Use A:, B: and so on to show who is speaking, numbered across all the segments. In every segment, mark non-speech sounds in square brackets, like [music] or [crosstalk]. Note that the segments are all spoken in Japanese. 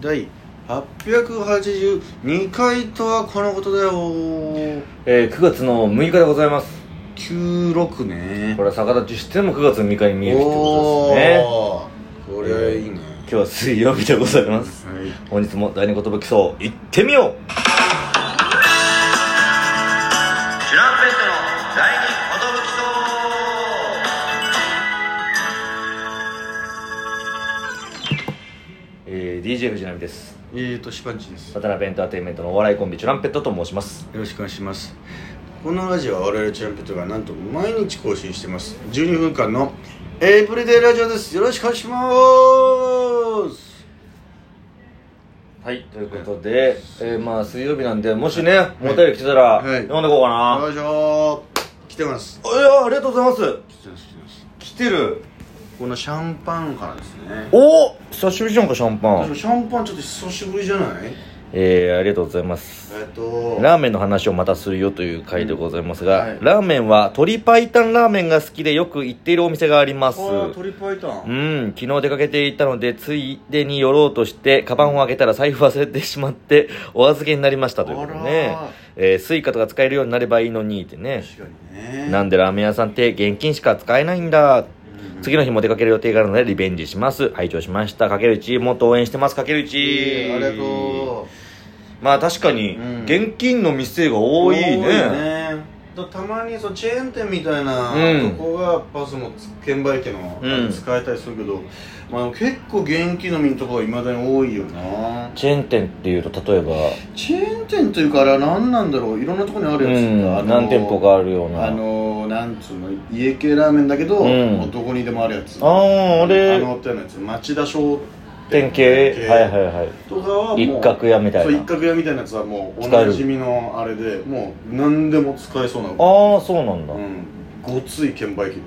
A: 第882回とはこのことだよ
B: えー、9月の6日でございます
A: 96ね
B: これは逆立ちしても9月6日に見えるってこ
A: お
B: とですね
A: ーこれはいいね、
B: 今日は水曜日でございます
A: はい
B: 本日も第二言葉基礎行ってみよう
A: チュランペットの第二ほ
B: えー、DJ 藤波です
A: どぶきえーとしばんちですよ
B: 渡辺エンターテインメントのお笑いコンビチュランペットと申します
A: ろしくお願いしますこのラジオは我々チュランペットがなんと毎日更新してます12分間のエイプリデイラジオですよろしくお願いします
B: はいということで、えー、まあ水曜日なんでもしねお便り来てたら、
A: はい
B: 読んでこうかな、
A: よいしょー来てます
B: い、やありがとうございます
A: 来てます来てます
B: 来てる
A: このシャンパンからですね
B: おお久しぶりじゃんかシャンパ
A: でも
B: ン
A: シャンパンちょっと久しぶりじゃない
B: えー、ありがとうございます
A: えっと
B: ラーメンの話をまたするよという回でございますが、
A: うんはい
B: ラーメンは鶏白湯ラーメンが好きでよく行っているお店があります
A: あトリプルイタ
B: う
A: ン
B: ん昨日出かけていたのでついでに寄ろうとしてカバンを開けたら財布忘れてしまって [laughs] お預けになりましたということでね
A: あら、
B: えー、スイカとか使えるようになればいいのにってね
A: 確かにね
B: なんでラーメン屋さんって現金しか使えないんだ
A: うん
B: 次の日も出かける予定があるのでリベンジします拝聴しましたかけるちもっと応援してますかけるち、
A: えーありがとう
B: まあ確かに
A: うん
B: 現金の店が多いね,、
A: だたまにそのチェーン店みたいな
B: うん
A: とこがパスも券売機のあれ使えたりするけど、まあ、結構現金のみのとこはいまだに多いよな
B: チェーン店っていうと例えば、
A: チェーン店というかあれは何なんだろういろんなとこにあ
B: う
A: るやつ
B: ん
A: だ、あの
B: 何店舗かあるような
A: あのー、なんつうの家系ラーメンだけど、
B: うん
A: もうどこにでもあるやつ
B: あーあれ
A: あの手のやつ町田商
B: 店
A: 店
B: 系
A: 系
B: はいはいはい
A: とかはもう
B: 一角屋みたいな
A: そう一角屋みたいなやつはもうお
B: 使え
A: な
B: る
A: じみのあれでもう何でも使えそうな
B: ああそうなんだ、
A: うんごつい券売機で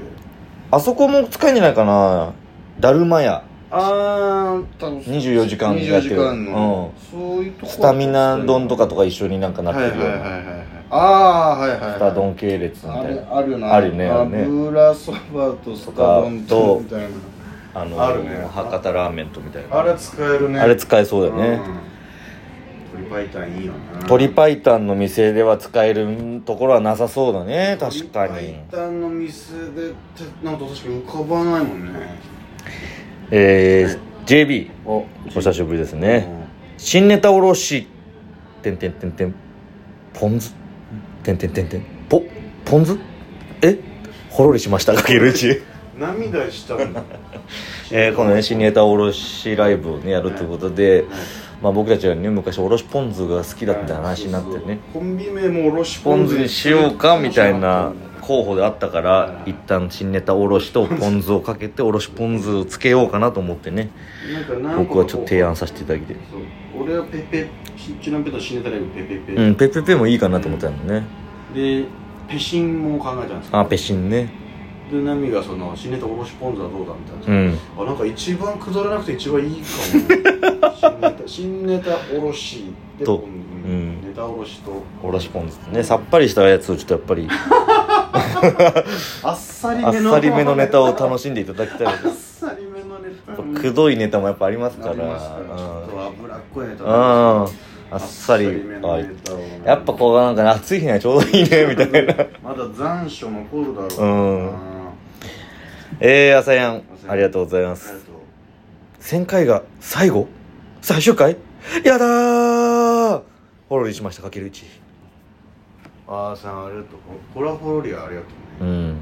B: あそこも使えんじゃないかなだるま屋
A: ああ
B: 24時間
A: 24
B: やって
A: 時
B: る
A: 間の、
B: う
A: そういうとこ
B: スタミナ丼とかとか一緒になんかな
A: は
B: っ
A: い
B: て
A: はい
B: る
A: はい
B: ような、
A: はいはいああーはいはい、はい、
B: スタ丼系列み
A: あ
B: たい
A: る
B: な
A: あるよな
B: あるよねあるね
A: 油そばとスタ丼と
B: と
A: みたいな
B: あの
A: あるね
B: 博多ラーメンとみたいな
A: あれ使えるね
B: あれ使えそうだよね、
A: うん鶏白湯いいよな
B: 鶏白湯の店では使えるところはなさそうだね確かに
A: 鶏白湯の店でってなんか確かに浮かばないもんね
B: えー、JB
A: お
B: お久しぶりですね新ネタおろしてんてんてんてんポン酢てんてんてんてんポポン酢えほろりしましたかけるうち、
A: 涙したんだ
B: [laughs] えー、このね新ネタおろしライブをねやるということで、まあ、僕たちがね昔おろしポン酢が好きだって話になってね
A: コンビ名もおろし
B: ポン酢にしようかみたいな
A: こ
B: 候補であったから一旦新ネタおろしとポン酢をかけておろしポン酢をつけようかなと思ってね
A: なんか何個か
B: 僕はちょっと提案させていただいて
A: そう俺はペペシチュランペとシネタライブペペペ、
B: うんペッペッペもいいかなと思ったのね
A: でペシンも考えたんですよ
B: あペシンね
A: でナミがそのシネタおろしポン酢はどうだみたいな、
B: うん
A: あなんか一番くだらなくて一番
B: [laughs]
A: いいかも新ネタ新ネタおろしで
B: と
A: うん
B: ん
A: ネタおろしと
B: おろしポン酢ねさっぱりしたやつをちょっとやっぱり
A: あっさり
B: あっ
A: めの
B: さりめのネタを楽
A: し
B: しんでいただきたい
A: あ
B: [laughs] や
A: っさりめのネタ
B: っぱくどいネタもやっぱありますか
A: なります
B: ら
A: からちょっと脂っこいネタ
B: うんあ
A: あ
B: っさり
A: め
B: あ
A: のネタをね
B: やっぱこうなんかね暑い日にはちょうどいいねみたい [laughs] な
A: まだ残暑残るだろう
B: うん
A: あ
B: えー朝やんありがとうございま
A: ーあ
B: す
A: りがとう
B: 1000回が最後最終回やだーほろりしましたかけるうち
A: あーさんありがとうコラフォロリアありがとう
B: う
A: ね、
B: ん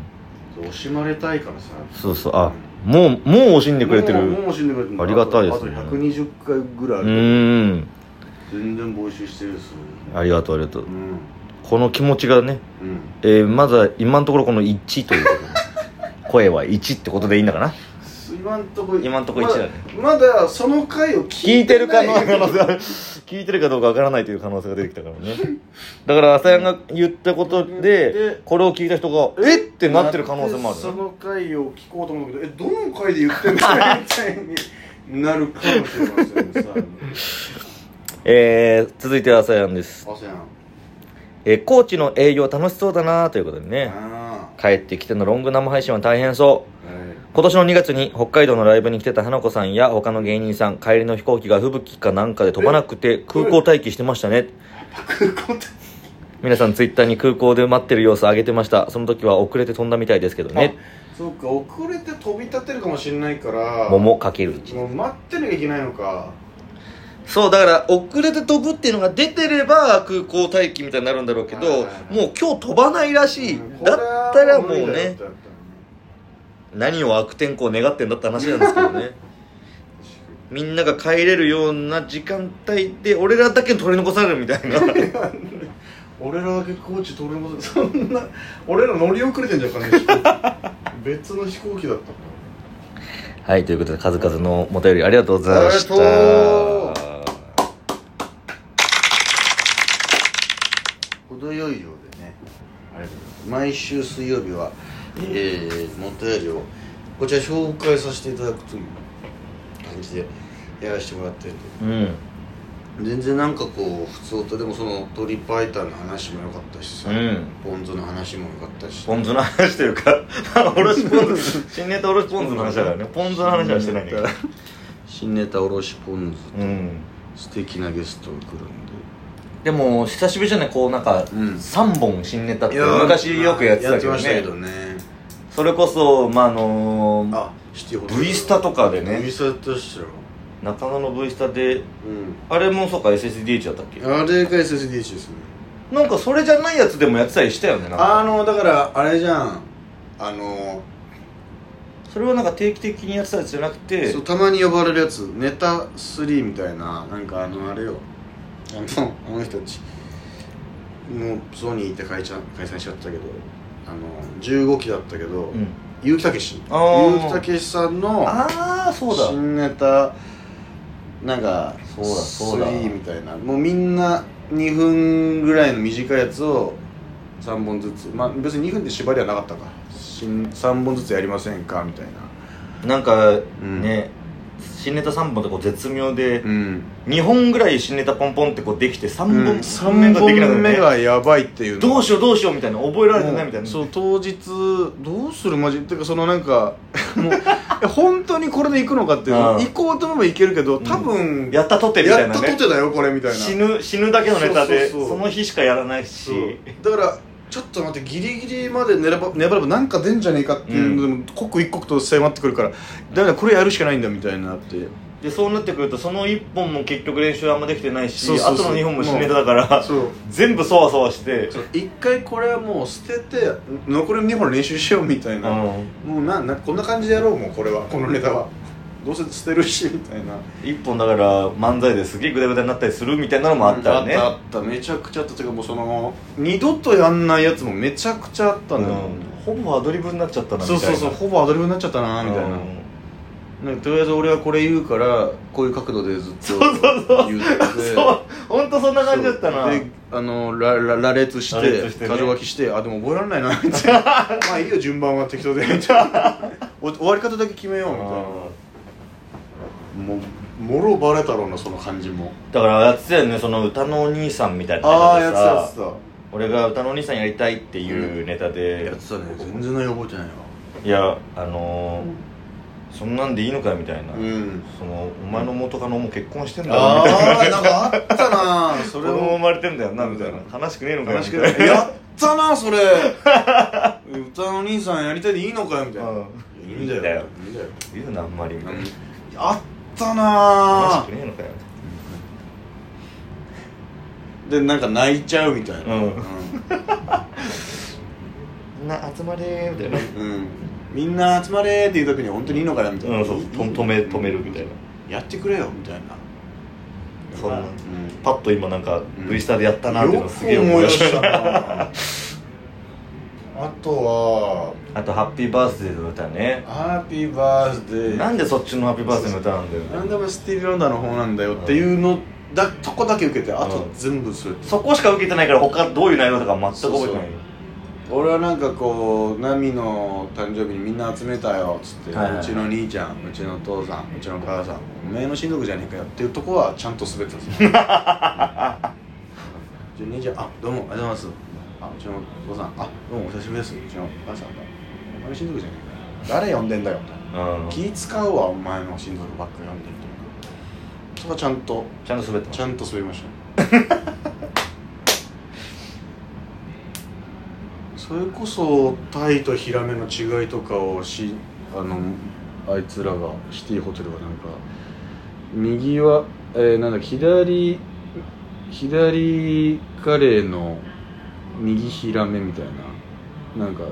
A: 惜しまれたいからさ
B: そうそうあもうもう惜しんでくれて
A: もう
B: る
A: もう惜しんでくれてる
B: ありがたいですね
A: あとあと120回ぐらいあ
B: う
A: る、
B: ーん
A: 全然募集してるっす
B: ありがとうありがと
A: う
B: うんこの気持ちがね、
A: うん
B: えーまずは今のところこの1とい
A: [laughs]
B: うことで声は1ってことでいいんだかな
A: 今んとこ
B: 今んとこ一だね
A: まだまだその回を
B: 聞
A: 聞
B: い
A: いて
B: て
A: る
B: る
A: か
B: 可能
A: の
B: 性が聞いてるかどうかわからないという可能性が出てきたからねだから朝やんが言ったことで
A: で
B: これを聞いた人がえっってなってる可能性もある
A: そ
B: ね
A: の回を聞こうと思うけどえどの回で言ってんだみたいになるかもしれませんね
B: えー、続いて朝やんです
A: さあせやん
B: えー高知の営業楽しそうだなということでね
A: あ
B: 帰ってきてのロング生配信は大変そ
A: あはいう
B: 今年の2月に北海道のライブに来てた花子さんや他の芸人さん帰りの飛行機が吹雪かなんかで飛ばなくて空港待機してましたね
A: 空港って
B: 皆さんツイッターに空港で待ってる様子上げてましたその時は遅れて飛んだみたいですけどね
A: あそうか遅れて飛び立てるかもしれないから
B: 桃かける
A: もう待ってなきゃいけないのか
B: そうだから遅れて飛ぶっていうのが出てれば空港待機みたいになるんだろうけ
A: はい
B: ど
A: はいはい
B: もう今日飛ばないらしい
A: うんこれ
B: だ
A: は
B: ったらもう
A: 無理だよ
B: ね
A: ってなった
B: 何を悪天候願ってんだって話なんですけど [laughs] ねみんなが帰れるような時間帯で俺らだけ取り残されるみたいな
A: 俺らだけコーチ取れませ [laughs] んそんな俺ら乗り遅れてんじゃんかね飛行機別の飛行機だったから
B: [laughs] はいということで数々のお便りありがとうございました
A: ありが程よい量でねありがとうございます毎週水曜日は、えー、もとよりをこちら紹介させていただくという感じでやらせてもらってるんで
B: うん
A: 全然なんかこう普通とでもその鳥パイタンの話も良かったしさ、
B: うん
A: ポン酢の話も良かったし
B: ポン酢の話というかおろしポン酢新ネタおろしポン酢の話だからねポン酢の話はしてないんだけど
A: 新ネタおろしポン酢
B: うん
A: 素敵なゲストが来るんで
B: でも久しぶりじゃないこうなんか
A: うん
B: 3本新ネタって昔よくやってたけど
A: やってましたけ
B: ね
A: どね
B: それこそまああのー
A: あシティホテル
B: V スタとかでね
A: V スタだったっしょ
B: 中野の V スタで
A: うん
B: あれもそうか SSDH だったっけ
A: あれが SSDH ですね
B: なんかそれじゃないやつでもやってたりしたよねなん
A: あ
B: か
A: のだからあれじゃんあの
B: それはなんか定期的にやってたやつじゃなくて
A: そうたまに呼ばれるやつネタ3みたいななんかあのあれよあの [laughs] あの人たちもうソニーって解散解散しちゃったけどあの15期だったけど、
B: うん
A: 結城武
B: あー
A: 結城武さんの
B: ああそうだ
A: 新ネタなんか
B: そうだそうだ
A: 3みたいなもうみんな2分ぐらいの短いやつを3本ずつまあ別に2分で縛りはなかったか3本ずつやりませんかみたいな
B: なんか
A: ん
B: ね新ネタ3本ってこう絶妙で
A: うん
B: 2本ぐらい新ネタポンポンってこうできて3
A: うん
B: 本三本ができな
A: 三
B: く
A: 本
B: て
A: 目
B: ね
A: がやばいっていう
B: どう
A: し
B: しようどうしようみたいな覚えられてないみたいな
A: そう当日どうするマジっていうかそのなんかもう [laughs] え本当にこれで行くのかっていう
B: うん
A: 行こうと思えば行けるけど多分、
B: やったとてみた
A: や
B: い
A: っ
B: な
A: たと
B: ね
A: てだよこれみたいな
B: 死ぬ死ぬだけのネタ
A: そ
B: で
A: うそうそう
B: その日しかやらない
A: そう
B: し
A: だからちょっと待ってギリギリまで粘れば粘ればなんか出んじゃねえかっていうのでも、刻一刻と迫ってくるからだからこれやるしかないんだみたいになって
B: でそうなってくるとその1本も結局練習あんまできてないし
A: そうそうそう
B: あとの2本も新ネタだから
A: そう
B: 全部そわそわして
A: そう一回これはもう捨てて残りの2本練習しようみたいな、
B: 1
A: もうななこんな感じでやろうもうこれはこのネタはどうせ捨てるしみたいな
B: 本だから漫才ですげえグダグダになったりするみたいなのもあったよね
A: あったあっためちゃくちゃあったていうかもうその二度とやんないやつもめちゃくちゃあったんだよ、
B: ほぼアドリブになっちゃったなみた
A: そ
B: いうな
A: そうそうほぼアドリブになっちゃったなみたいな、
B: うん
A: なんかとりあえず俺はこれ言うからこういう角度でずっと
B: そうそうそう
A: 言ってて
B: そう本当そんな感じだったな
A: であのらら羅列し
B: 羅
A: て
B: 列してね
A: 箇条書きしてあでも覚えられない
B: [laughs]
A: なみたいなまあいいよ順番は適当でみたいなお終わり方だけ決めようみたいなもうもろバレたろうなその感じも
B: だからやってたよねその歌のお兄さんみたいなネ
A: ああ
B: タ
A: や
B: で
A: つ
B: さ
A: やつだ
B: 俺が歌のお兄さんやりたいっていうネタで、
A: やってたね全然内容覚えてないわ
B: いやあのーそんなんでいいのかよみたいな、
A: うん
B: そのお前の元カノも結婚してんだよ
A: あ
B: みたいな
A: あなんかあったなそ
B: 子
A: れ
B: 供も生
A: も
B: まれてんだよなみたいな悲しくねえのかよ
A: 悲
B: み
A: したく
B: い
A: な
B: ない
A: やったなそれ歌の兄さんやりたいでいいのかよみたいな
B: うん
A: いいんだよいいんだよ
B: 言うなあんまりみたいな
A: あった
B: 悲
A: な
B: しくねえのかよみた
A: で
B: いな
A: なんか泣いちゃうみたいな
B: うん
A: うん
B: みんな集まれーみたいな
A: うんみんな集まれーっていう時に本当にいいのかなみたいな
B: うんそうと止め止めるみたいな
A: やってくれよみたいな
B: そんな
A: うん
B: パッと今なんか
A: ん
B: V スタでやったなーっていうのすげえ
A: よく
B: 思
A: 思
B: い
A: い
B: 出
A: 出
B: し
A: したたな
B: [laughs]
A: あとは
B: あと「ハッピーバースデー」の歌ね
A: ハッピーバースデー
B: なんでそっちの「ハッピーバースデー」の歌なんだよ
A: なん
B: ね
A: でもスティービー・ワンダーの方なんだよっていうのだとこだけ受けてあと
B: うん
A: 全部それ
B: そこしか受けてないから他どういう内容とか全く覚えてない
A: 俺はなんかこうナミの誕生日にみんな集めたよっつって、
B: はいはいう
A: ちの兄ちゃんうちの父さんうちの母さんおめえの親族じゃねえかよっていうとこはちゃんと滑ってたん [laughs] ですようんうちの兄ちゃんあどうもありがとうございますあうちの父さんあどうもお久しぶりですうちの母さんお前の親族じゃねえかよ誰呼んでんだよみたいな
B: うん
A: 気使うわお前の親族ばっかり呼んでるとそこはちゃんと
B: ちゃんと滑ってます
A: ちゃんと滑りましたね [laughs] それこそタイとヒラメの違いとかをしあのあいつらがシティホテルはなんか右は、えーなんだ左左カレーの右ヒラメみたいななんか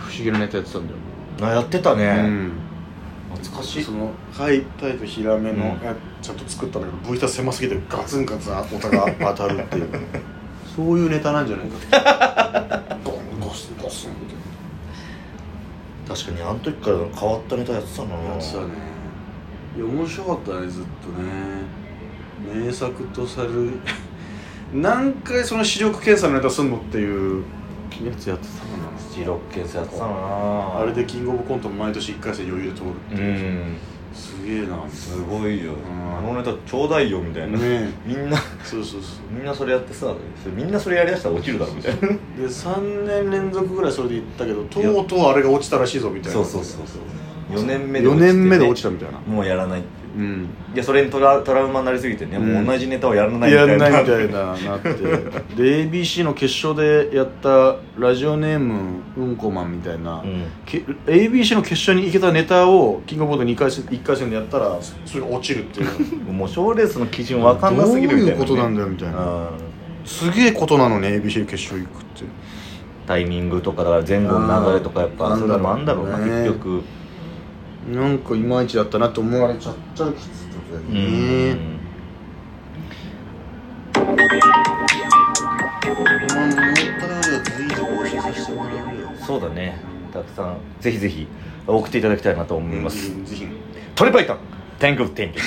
A: 不思議なネタやってたんだよ
B: あやってた
A: な、
B: ね、
A: うん
B: 懐かしい
A: そのはいタイとヒラメの、
B: うん
A: やちゃんと作ったんだけど V タ狭すぎてガツンガツンお互い当たるっていうそういうネタなんじゃないかとゴンゴスンゴスンって
B: 確かにあの時から変わったネタやってたな
A: やってたねいや面白かったねずっとね名作とされる [laughs] 何回その視力検査のネタすんのっていうやつやってたかな
B: ジロッケンスやってたな
A: あれでキングオブコントも毎年1回戦余裕で通る
B: う
A: っていう、
B: ん
A: すげえな
B: すごいよ
A: ん
B: あのネタちょうだいよみたいな
A: ね
B: みんな
A: そうそうそう
B: みんなそれやってさそれみんなそれやりだしたら落ちるだろみたいな
A: で3年連続ぐらいそれで行ったけどとうとうあれが落ちたらしいぞみたいな
B: そうそうそうそう4年目で
A: 4年目で落ち
B: た
A: たみたいな
B: もうやらないってい
A: う
B: う
A: ん
B: いやそれにトラトラウマになりすぎてね、
A: うん
B: もう同じネタをやらないみ
A: や
B: たいなん
A: ないみたいななってで ABC の決勝でやったラジオネームうんこマンみたいな、
B: うん
A: け ABC の決勝に行けたネタをキングオブコント2回戦1回戦でやったらそそれが落ちるっていう
B: もう賞レースの基準 [laughs] わかんなすぎるみたい
A: ど
B: な、ね、
A: ういうことなんだよみたいな
B: うん
A: すげえことなのに ABC 決勝行くって
B: タイミングとかだから前後の流れとかやっ
A: う
B: ぱ
A: ん
B: そういうのもあんだろう
A: な
B: な、
A: んだろうね
B: 結局
A: なんかいまいちだったなって思われちゃったらきついとだよ
B: うん、
A: ねまあ、もったい随時更新させてもらうよ。
B: そうだねたくさんぜひぜひ送っていただきたいなと思います、
A: ぜひ。
B: トリパイタン天狗天狗